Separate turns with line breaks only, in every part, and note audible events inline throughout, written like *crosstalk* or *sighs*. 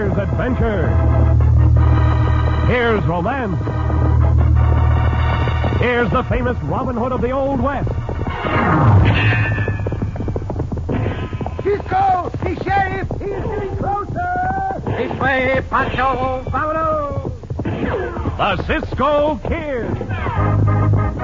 adventure. Here's romance. Here's the famous Robin Hood of the Old West.
Cisco! The sheriff! He's getting closer!
This way, Pancho! Vámonos!
The Cisco Kid.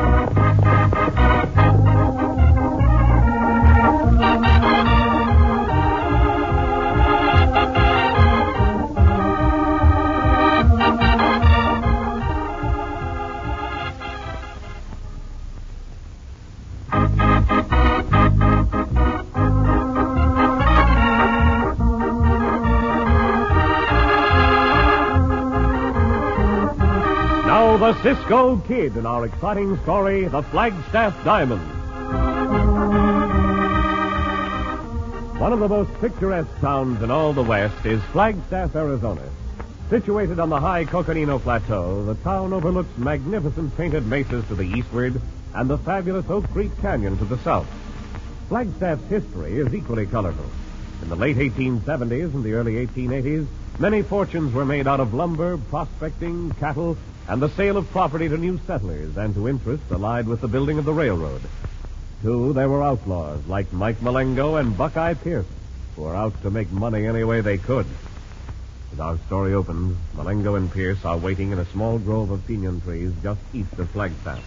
Now the Cisco Kid in our exciting story, The Flagstaff Diamond. One of the most picturesque towns in all the West is Flagstaff, Arizona. Situated on the high Coconino Plateau, the town overlooks magnificent painted mesas to the eastward and the fabulous Oak Creek Canyon to the south. Flagstaff's history is equally colorful. In the late 1870s and the early 1880s, many fortunes were made out of lumber, prospecting, cattle, and the sale of property to new settlers and to interests allied with the building of the railroad. Too, there were outlaws like Mike Malengo and Buckeye Pierce, who were out to make money any way they could. As our story opens, Malengo and Pierce are waiting in a small grove of pinon trees just east of Flagstaff.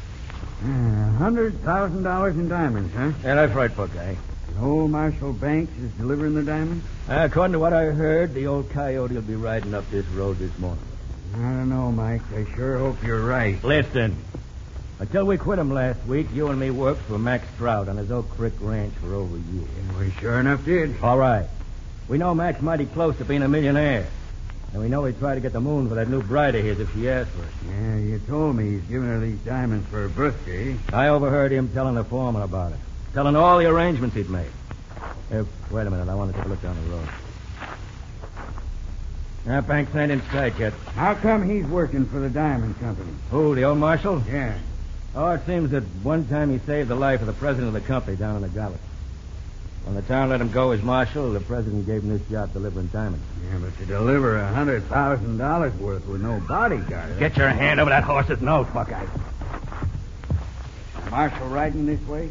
Uh, Hundred thousand dollars in diamonds, huh?
Yeah, that's right, Buckeye.
And old Marshall Banks is delivering the diamonds.
Uh, According to what I heard, the old coyote will be riding up this road this morning.
I don't know, Mike. I sure hope you're right.
Listen. Until we quit him last week, you and me worked for Max Stroud on his Oak Creek Ranch for over a year.
And we sure enough did.
All right. We know Mac's mighty close to being a millionaire. And we know he'd try to get the moon for that new bride of his if she asked for it.
Yeah, you told me he's giving her these diamonds for her birthday.
I overheard him telling the foreman about it, telling all the arrangements he'd made. Uh, wait a minute. I want to take a look down the road. Now, Banks ain't inside yet.
How come he's working for the diamond company?
Who, the old marshal?
Yeah.
Oh, it seems that one time he saved the life of the president of the company down in the gully. When the town let him go as marshal, the president gave him this job delivering diamonds.
Yeah, but to deliver a hundred thousand dollars worth with no bodyguard.
Get your hand over that horse's nose, Buckeye.
Is Marshall riding this way?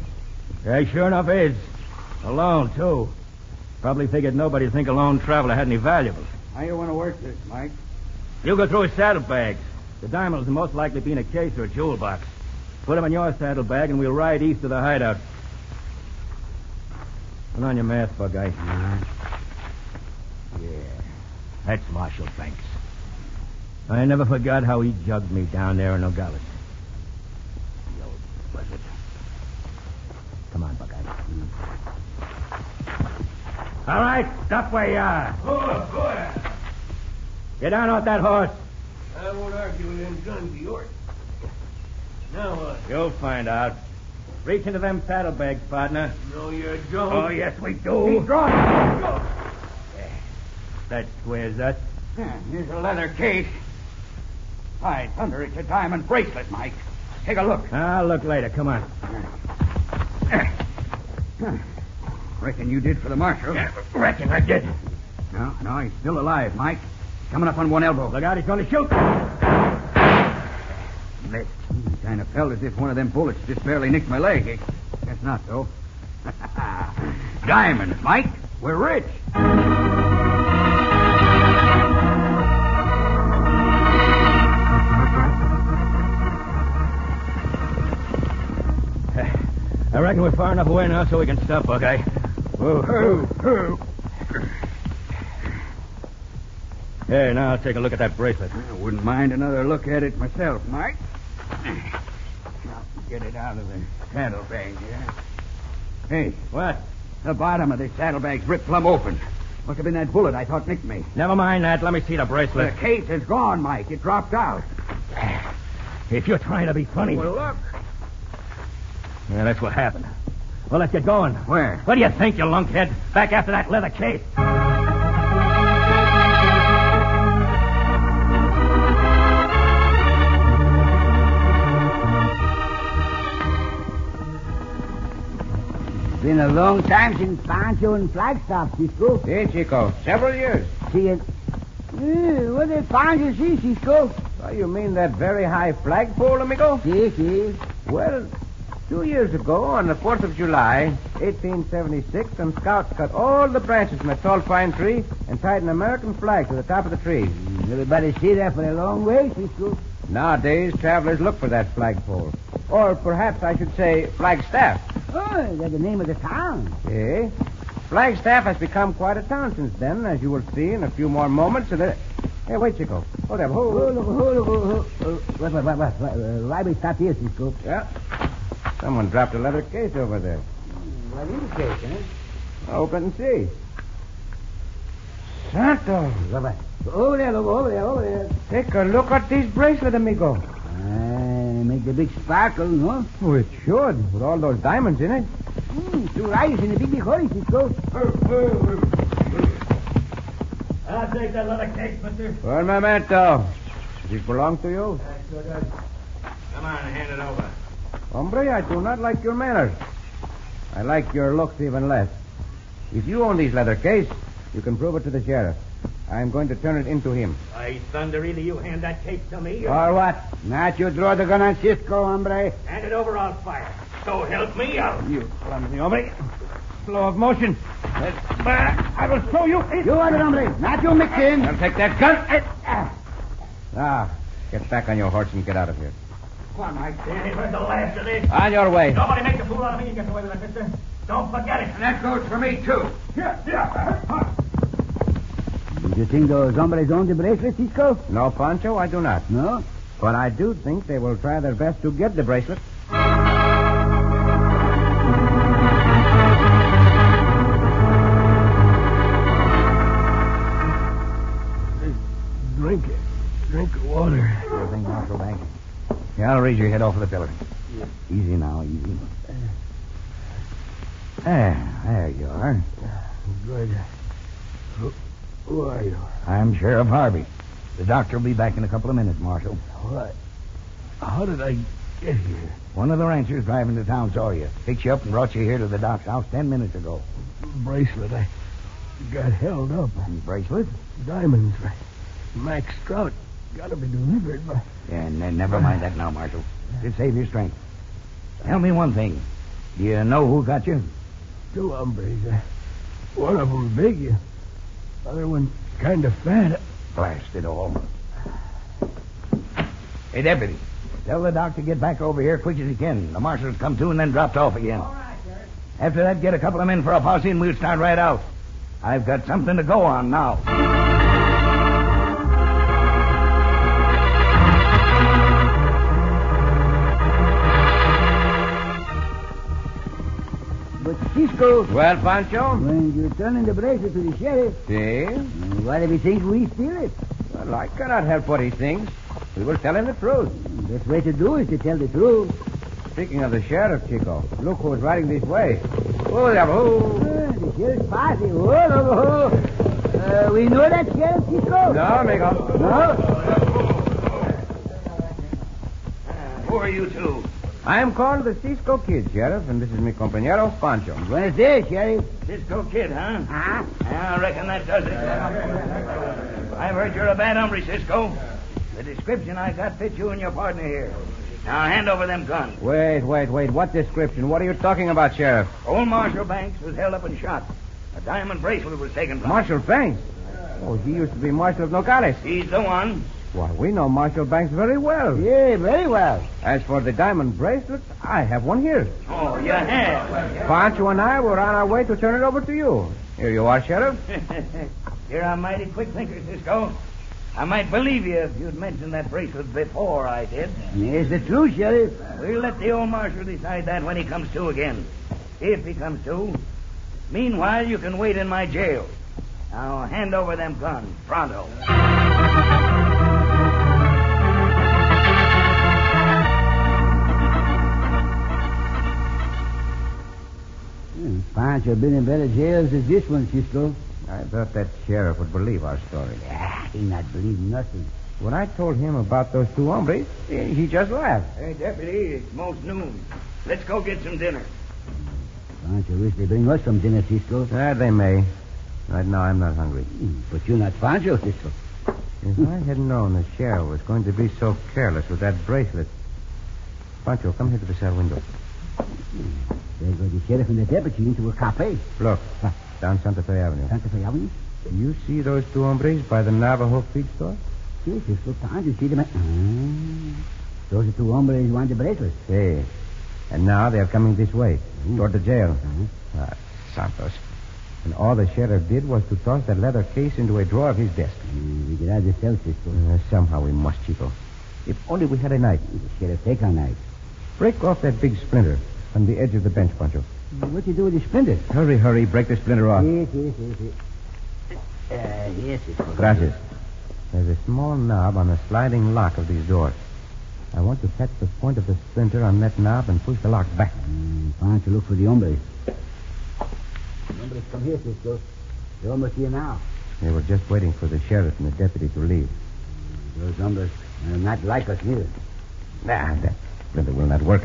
Yeah, he sure enough is. Alone, too. Probably figured nobody'd think a lone traveler had any valuables.
How you want to work this, Mike?
You go through his saddlebags. The diamonds will most likely be in a case or a jewel box. Put them in your saddlebag, and we'll ride east to the hideout. Put on your mask, Buckeye. Yeah. That's Marshal Banks. I never forgot how he jugged me down there in Nogales. The old buzzard. Come on, Buckeye. All right, stop where you are.
Oh, boy.
Get down off that horse.
I won't argue with them guns of yours. Now what?
You'll find out. Reach into them saddlebags, partner.
No, you don't.
Oh, yes, we do. That squares us.
Yeah, Hmm, here's a leather case. By thunder, it's a diamond bracelet, Mike. Take a look.
I'll Ah, look later. Come on.
Huh. Reckon you did for the marshal.
Reckon I did.
No, no, he's still alive, Mike. Coming up on one elbow.
Look out, he's going to shoot. *sighs*
Missed. Kind of felt as if one of them bullets just barely nicked my leg. Eh? Guess not, though. *laughs* Diamonds, Mike. We're rich.
I reckon we're far enough away now so we can stop, Buckeye. Whoa, whoa, whoa. Here, now take a look at that bracelet.
I wouldn't mind another look at it myself, Mike. Now, get it out of the saddlebag here. Hey,
What?
the bottom of this saddlebag's ripped plumb open. Must have been that bullet I thought nicked me.
Never mind that. Let me see the
The
bracelet.
case is gone, Mike. It dropped out.
If you're trying to be funny.
look.
Yeah, that's what happened. Well, let's get going.
Where?
What do you think, you lunkhead? Back after that leather case.
Been a long time since Pancho and Flagstaff, Cisco. Yeah, Chico. Several years. See, it, Yeah, what they find you see, Cisco?
Oh, you mean that very high flagpole, amigo?
See, see.
Well, two years ago, on the 4th of July, 1876, some scouts cut all the branches from a tall pine tree and tied an American flag to the top of the tree.
Everybody see that for a long way, Cisco.
Nowadays, travelers look for that flagpole. Or perhaps I should say flagstaff.
Oh, that's the name of the town.
Eh? Flagstaff has become quite a town since then, as you will see in a few more moments. And it... Hey, wait, Chico. Hold up. Hold,
Hold up, hold up, hold up. Uh, What, what, what, what, what, uh, Why we stop here, Cisco?
Yeah. Someone dropped a leather case over there.
What indicates, huh?
Open and see.
Santo. Over there, look, over there, over there.
Take a look at these bracelet, amigo.
Ah, make the big sparkle, no?
Oh, it should, with all those diamonds in it.
Mm, two eyes in a big, big hurry, Cisco.
I'll take that lot of cake, mister.
Well, memento. Does it belong to you?
That sure does. Come on, hand it over.
Hombre, I do not like your manners. I like your looks even less. If you own these leather case, you can prove it to the sheriff. I am going to turn it into him.
By thunder, either you hand that cake to me
Or what? Not you draw the gun on Cisco, hombre.
hand it over, I'll fire. So help me out.
You clumsy hombre. Slow of motion. Uh, I will throw you in.
You order, hombre. Not you, Mixin. Ah,
I'll take that gun. Now, get back on your horse and get out of here.
Come on, Mike. Danny, where's the last of this?
On your way.
Nobody make a fool out of me and gets away with it, mister. Don't forget it. And that goes for me, too. Yeah, yeah.
Did you think those hombres owned the bracelet, Cisco?
No, Pancho, I do not.
No?
But I do think they will try their best to get the bracelet.
Drink it. Drink the water.
Sure thing, Marshal Bank. Yeah, I'll raise your head off of the pillar. Easy now, easy. There, there you are.
Good. Who, who are you?
I'm Sheriff Harvey. The doctor will be back in a couple of minutes, Marshal.
What? How did I get here?
One of the ranchers driving to town saw you, picked you up, and brought you here to the doc's house ten minutes ago.
Bracelet. I got held up.
And bracelet?
Diamonds. right? Max Strout. Got to be delivered by.
And then never mind that now, Marshal. Just save your strength. Tell me one thing. Do you know who got you?
Two hombres. Uh, one of them big, uh, other one kind of fat.
Blast it all. Hey, deputy. Tell the doc to get back over here quick as he can. The marshal's come to and then dropped off again.
right, Sheriff.
After that, get a couple of men for a posse and we'll start right out. I've got something to go on now.
But Cisco,
Well, Pancho?
when you're turning the bracelet to the sheriff,
See?
what if he thinks we steal it?
Well, I cannot help what he thinks. We will tell him the truth.
Best way to do is to tell the truth.
Speaking of the sheriff, Chico, look who's riding this way. Oh, there,
Ah,
who?
the sheriff's posse. Whoa, whoa, whoa. Uh, we know that sheriff, Cisco.
No, amigo.
No?
Who are you two?
I am called the Cisco Kid, Sheriff, and this is mi compañero, Pancho.
Buenos dias, sheriff.
Cisco Kid, huh?
Huh?
Ah.
Yeah, I reckon that does it. I've heard you're a bad hombre, Cisco. The description I got fits you and your partner here. Now hand over them guns.
Wait, wait, wait. What description? What are you talking about, Sheriff?
Old Marshal Banks was held up and shot. A diamond bracelet was taken from him.
Marshal Banks. Oh, he used to be Marshal of Nogales.
He's the one.
Why, we know Marshal Banks very well.
Yeah, very well.
As for the diamond bracelet, I have one here.
Oh, you have.
Pancho and I were on our way to turn it over to you. Here you are, Sheriff.
*laughs* You're a mighty quick thinker, Cisco. I might believe you if you'd mentioned that bracelet before I did.
Yes, the truth, sheriff.
We'll let the old marshal decide that when he comes to again. If he comes to. Meanwhile, you can wait in my jail. Now, hand over them guns, pronto.
Hmm, Pancho been in better jails than this one, Cisco.
I thought that Sheriff would believe our story.
Ah, he not believe nothing.
When I told him about those two hombres, eh, he just laughed.
Hey, deputy, it's most noon. Let's go get some dinner.
Pancho wish they bring us some dinner, Cisco.
Ah, they may. Uh, Right now, I'm not hungry.
Hmm, But you're not Pancho, Cisco.
If I had known the sheriff was going to be so careless with that bracelet. Pancho, come here to the cell window.
They go the sheriff and the deputy into a cafe.
Look, down Santa Fe Avenue.
Santa Fe Avenue?
Do you see those two hombres by the Navajo feed store?
Yes, just look down. You see them. At... Ah, those are two hombres who want the bracelet.
Yes. And now they are coming this way, toward the jail.
Mhm.
Ah, Santos. And all the sheriff did was to toss that leather case into a drawer of his desk.
Mm, we get out of the cell, Cisco.
Uh, somehow we must, Chico. If only we had a knife.
The sheriff take our knife.
Break off that big splinter on the edge of the bench, Pancho.
What you do with the splinter?
Hurry, hurry, break the splinter off.
Yes, yes, yes, yes. Uh, yes, Cisco.
Gracias. There's a small knob on the sliding lock of these doors. I want to catch the point of the splinter on that knob and push the lock back.
Mm, why don't you look for the hombres? The hombres come here, Cisco. They're almost here now.
They were just waiting for the sheriff and the deputy to leave.
Those hombres are not like us neither.
Nah, that splinter will not work.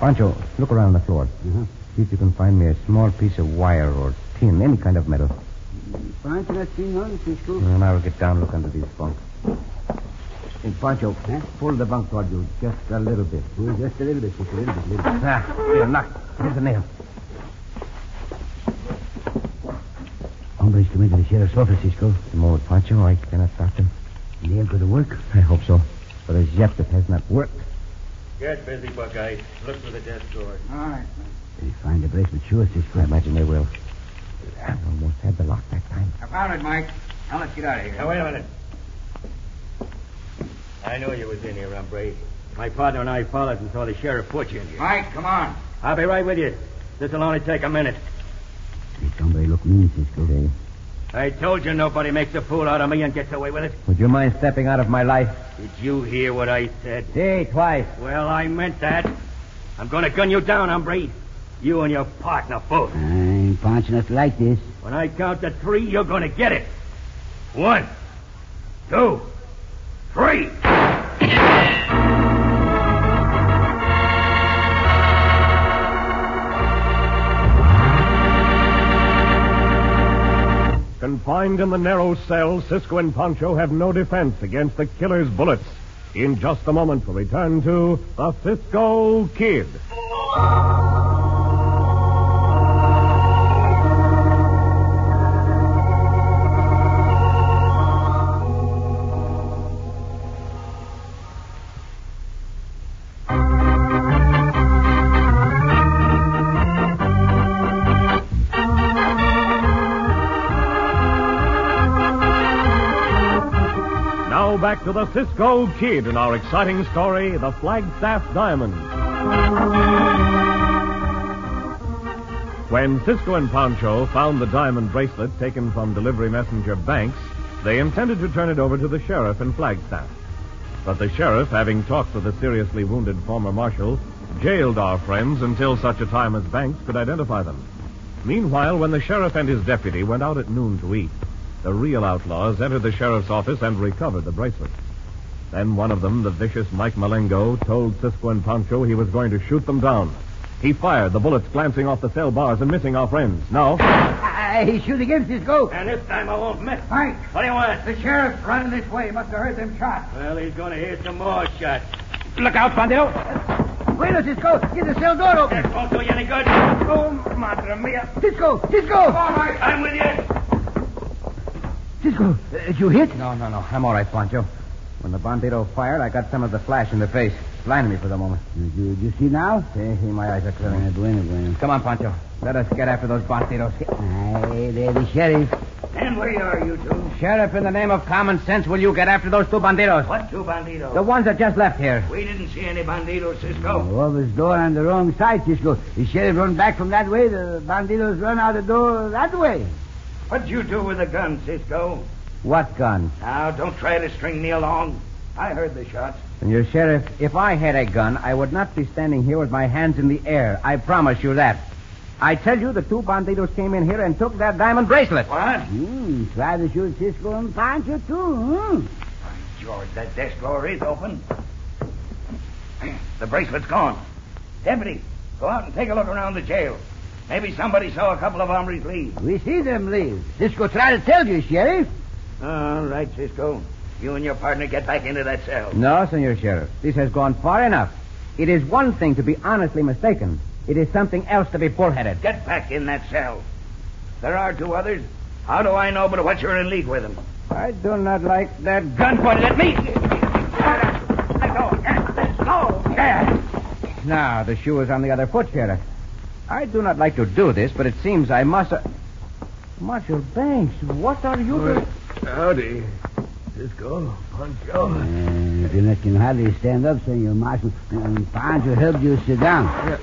Pancho, look around the floor.
Uh-huh.
See if you can find me a small piece of wire or tin, any kind of metal.
Why not see none, Cisco?
And I will get down, look under these bunk. And Pancho, pull the bunk toward you just a little bit.
Oh, just a little bit, Cisco. A little bit, a little bit.
Ah, here, knock. Here's the nail.
Hombres come into the sheriff's office, Cisco.
The more Pancho, I cannot stop them.
Nail going to work?
I hope so. But as yet, it has not worked.
Get busy, Buckeye. Look for the desk drawer.
All right.
They find the bracelet, sure, Cisco.
I imagine they will. I almost had the lock that time.
I found it, Mike. Now let's get out of here.
Now, wait a minute. I know you was in here, hombre. My partner and I followed and saw the sheriff put you in here.
Mike, come on.
I'll be right with you. This'll only take a minute.
This hombre look mean, Cisco. They...
I told you nobody makes a fool out of me and gets away with it.
Would you mind stepping out of my life?
Did you hear what I said?
Hey, twice.
Well, I meant that. I'm going to gun you down, hombre. You and your partner both.
I'm punching us like this.
When I count to three, you're going to get it. One, two, three.
Confined in the narrow cell, Cisco and Pancho have no defense against the killer's bullets. In just a moment, we'll return to the Cisco Kid. Now back to the Cisco Kid in our exciting story, The Flagstaff Diamond. When Cisco and Pancho found the diamond bracelet taken from delivery messenger Banks, they intended to turn it over to the sheriff in Flagstaff. But the sheriff, having talked with the seriously wounded former marshal, jailed our friends until such a time as Banks could identify them. Meanwhile, when the sheriff and his deputy went out at noon to eat, the real outlaws entered the sheriff's office and recovered the bracelet. Then one of them, the vicious Mike Malengo, told Cisco and Pancho he was going to shoot them down. He fired, the bullets glancing off the cell bars and missing our friends. Now,
Ah, he shoot again, Cisco.
And this time I won't miss.
Mike,
What do you want?
the sheriff's running this way. He must have heard them shots.
Well, he's going to hear some more shots. Look out, Pandeo.
Bueno, Cisco, get the cell door open.
That won't do you any good.
Oh, madre mia.
Cisco, Cisco.
All right.
I'm with you.
Cisco, uh, did you hit?
No, no, no. I'm all right, Pancho. When the bandito fired, I got some of the flash in the face. Blinded me for the moment.
You, you, you see now?
See, my eyes are
Ah,
clearing.
bueno, bueno.
Come on, Pancho. Let us get after those banditos.
Aye, there, the sheriff.
And where are you two?
Sheriff, in the name of common sense, will you get after those two banditos?
What two banditos?
The ones that just left here.
We didn't see any banditos, Cisco.
Oh, over his door on the wrong side, Cisco. The sheriff run back from that way. The banditos run out the door that way.
What'd you do with the gun, Cisco?
What gun?
Now, don't try to string me along. I heard the shots.
Senor Sheriff, if I had a gun, I would not be standing here with my hands in the air. I promise you that. I tell you, the two banditos came in here and took that diamond bracelet.
What?
Hmm, try to shoot Cisco and Pancho, too, hmm? huh?
George, that desk drawer is open. The bracelet's gone. Deputy, go out and take a look around the jail. Maybe somebody saw a couple of hombres leave.
We see them leave. Cisco try to tell you, Sheriff.
All right, Cisco. You and your partner get back into that cell.
No, Senor Sheriff. This has gone far enough. It is one thing to be honestly mistaken. It is something else to be bullheaded.
Get back in that cell. There are two others. How do I know but what you're in league with them?
I do not like that
Gun pointed at me. Let go. Let go. There.
Now, the shoe is on the other foot, Sheriff. I do not like to do this, but it seems I must. uh, Marshal Banks, what are you doing?
Howdy. Cisco, Pancho.
Uh, if you let- can hardly stand up, Senor Marshal, um, Pancho helped you sit down. Uh,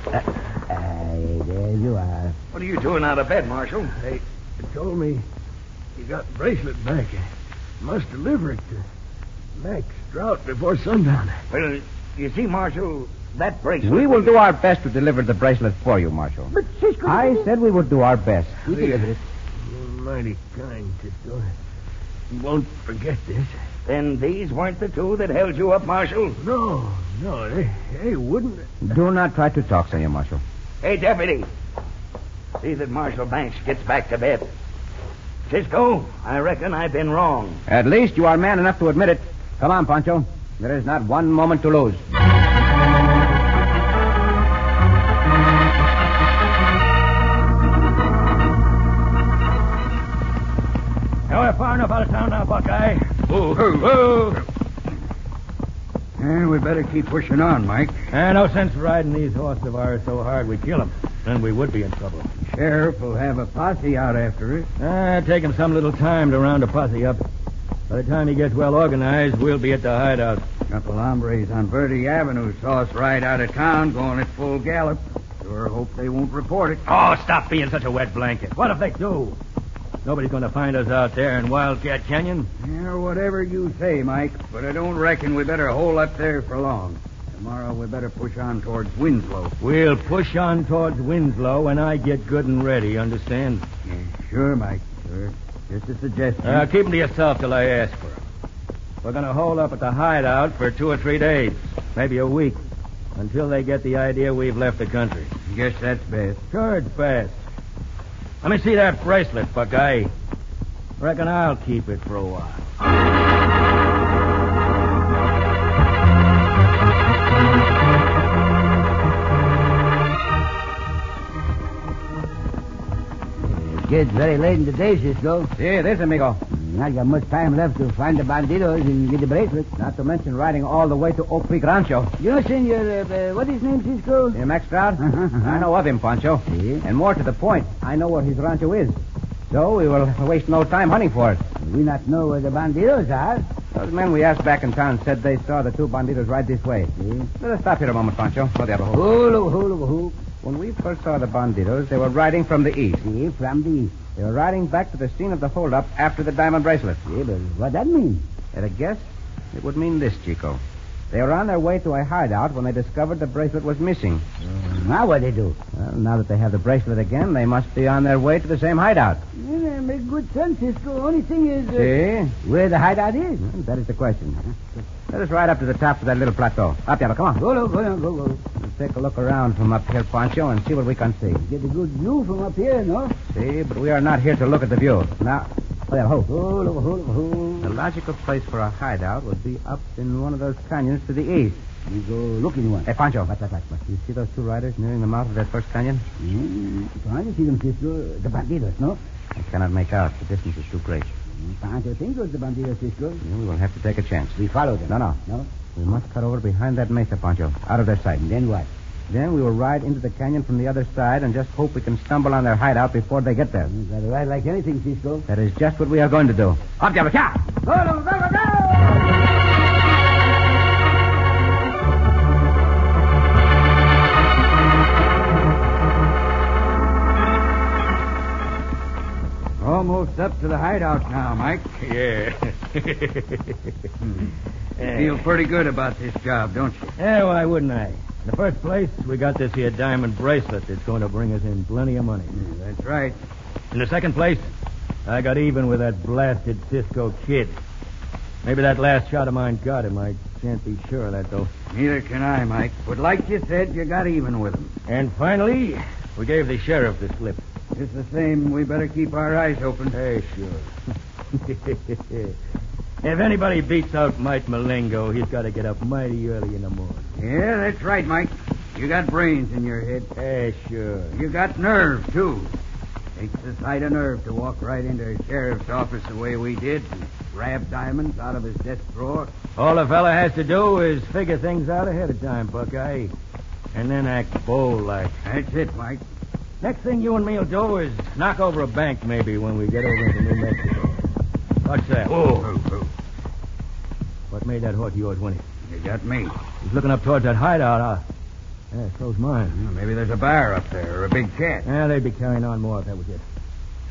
aye, there you are.
What are you doing out of bed, Marshal?
They told me you got the bracelet back. Must deliver it to Max Strout before sundown.
Well, you see, Marshal, that bracelet.
We will do our best to deliver the bracelet for you, Marshal. But Cisco. I said we would do our best.
You delivered it.
You're mighty kind, Cisco. You won't forget this.
Then these weren't the two that held you up, Marshal.
No, no, they, they wouldn't.
Do not try to talk, Senor Marshal.
Hey, deputy. See that Marshal Banks gets back to bed. Cisco, I reckon I've been wrong.
At least you are man enough to admit it. Come on, Pancho. There is not one moment to lose.
Now we're far enough out of town now, Buckeye.
Whoa, whoa, Eh, we better keep pushing on, Mike.
Eh, no sense riding these horses of ours so hard we kill them. Then we would be in trouble.
Sheriff will have a posse out after us.
Uh, take him some little time to round a posse up. By the time he gets well organized, we'll be at the hideout.
Couple hombres on Verde Avenue saw us ride out of town going at full gallop. Sure hope they won't report it.
Oh, stop being such a wet blanket. What if they do? Nobody's going to find us out there in Wildcat Canyon.
Yeah, whatever you say, Mike, but I don't reckon we better hole up there for long. Tomorrow we better push on towards Winslow.
We'll push on towards Winslow when I get good and ready, understand?
Yeah, sure, Mike, sure. Just a suggestion.
Uh, keep 'em to yourself till I ask for 'em. We're going to hold up at the hideout for two or three days, maybe a week, until they get the idea we've left the country.
guess that's best.
Sure, it's fast. Let me see that bracelet, Buckeye. Reckon I'll keep it for a while.
It gets very late in the day, Cisco.
See, this, amigo.
Not got much time left to find the bandidos and get the bracelet.
Not to mention riding all the way to Oak Creek Rancho.
You, Senor, uh, uh, what is his name, Cisco?
You, Max Stroud?
Uh-huh, uh-huh.
I know of him, Pancho.
See?
And more to the point, I know where his rancho is. So we will waste no time hunting for it.
We not know where the bandidos are.
Those men we asked back in town said they saw the two banditos ride this way.
See?
Let us stop here a moment, Pancho. For the other hole.
Hulu, hulu, hulu.
When we first saw the banditos, they were riding from the east.
See, from the east.
They were riding back to the scene of the holdup after the diamond bracelet.
See, but what that mean?
At a guess, it would mean this, Chico. They were on their way to a hideout when they discovered the bracelet was missing.
Mm, Now what they do?
Well, now that they have the bracelet again, they must be on their way to the same hideout.
Yeah, make good sense, Cisco. Only thing is... uh,
See?
Where the hideout is.
That is the question. Let us ride up to the top of that little plateau. Up, Yabba, come on.
Go, go, go, go, go.
We'll take a look around from up here, Pancho, and see what we can see.
Get a good view from up here, no?
See, but we are not here to look at the view. Now, well, hold.
Hulu, hulu,
The
hulu.
logical place for a hideout would be up in one of those canyons to the east.
You go looking one.
Hey, Pancho. What, what, what, what? You see those two riders nearing the mouth of that first canyon?
Mm, Trying to see them, Cisco. The bandidos, no? Mm,
I cannot make out. The distance is too great.
Trying to think of the bandidos, Cisco.
We will have to take a chance.
We follow them.
No, no.
No?
We must cut over behind that mesa, Pancho. Out of their sight.
And then what?
Then we will ride into the canyon from the other side and just hope we can stumble on their hideout before they get there.
You gotta ride like anything, Cisco.
That is just what we are going to do. Up, Jabba, Cha!
Hulu, go, go, go!
Almost up to the hideout now, Mike. *laughs*
Yeah.
Feel pretty good about this job, don't you?
Yeah, why wouldn't I? In the first place, we got this here diamond bracelet that's going to bring us in plenty of money.
That's right.
In the second place, I got even with that blasted Cisco kid. Maybe that last shot of mine got him. I can't be sure of that, though.
Neither can I, Mike. But like you said, you got even with them.
And finally, we gave the sheriff the slip.
Just the same, we better keep our eyes open.
Hey, sure. *laughs* If anybody beats out Mike Malengo, he's got to get up mighty early in the morning.
Yeah, that's right, Mike. You got brains in your head.
Yeah, sure.
You got nerve, too. Takes a sight of nerve to walk right into a sheriff's office the way we did and grab diamonds out of his desk drawer.
All a fella has to do is figure things out ahead of time, Buckeye. And then act bold like.
That's it, Mike.
Next thing you and me'll do is knock over a bank, maybe, when we get over into New Mexico. What's that?
Whoa. whoa.
What made that horse of yours win it?
You got me.
He's looking up towards that hideout. Uh, yeah, so's mine.
Well, Maybe there's a bar up there or a big cat.
Yeah, they'd be carrying on more if that was it.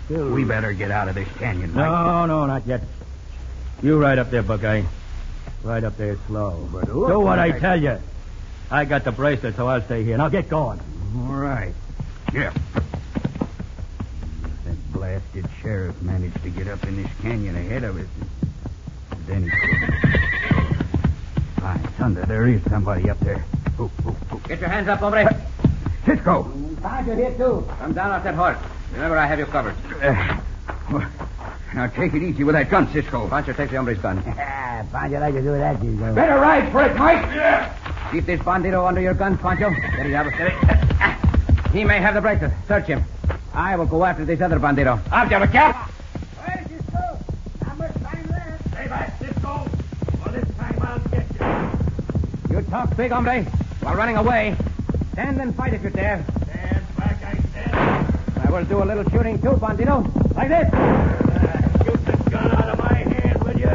Still,
We better get out of this canyon, Mike.
No, no, not yet. You ride up there, Buckeye. Ride up there slow.
But look,
Do what I
Buckeye.
tell you. I got the bracelet, so I'll stay here. Now get going.
All right. Yeah. That blasted sheriff managed to get up in this canyon ahead of us. And Then he. By thunder, there is somebody up there. Ooh, ooh, ooh.
Get your hands up, hombre.
Uh, Cisco!
Pancho here, too.
Come down off that horse. Remember, I have you covered.
Uh, well, now take it easy with that gun, Cisco.
Pancho takes the hombre's gun.
Ah, Pancho like to do that, these days.
Better ride for it, Mike!
Keep this bandito under your gun, Pancho. There you have it. *laughs* He may have the bracelet. Search him. I will go after this other bandito.
Out there, Cap!
You talk big, hombre. While running away. Stand and fight if you dare. I will do a little shooting too, bandito. Like this.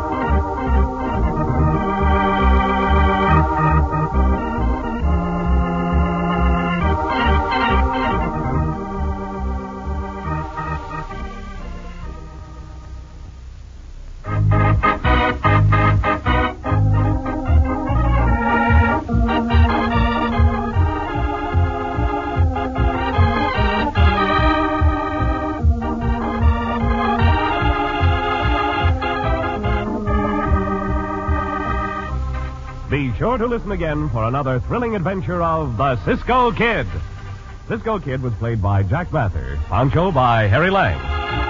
Be sure to listen again for another thrilling adventure of the Cisco Kid.
Cisco Kid was played by Jack Mather, Pancho by Harry Lang.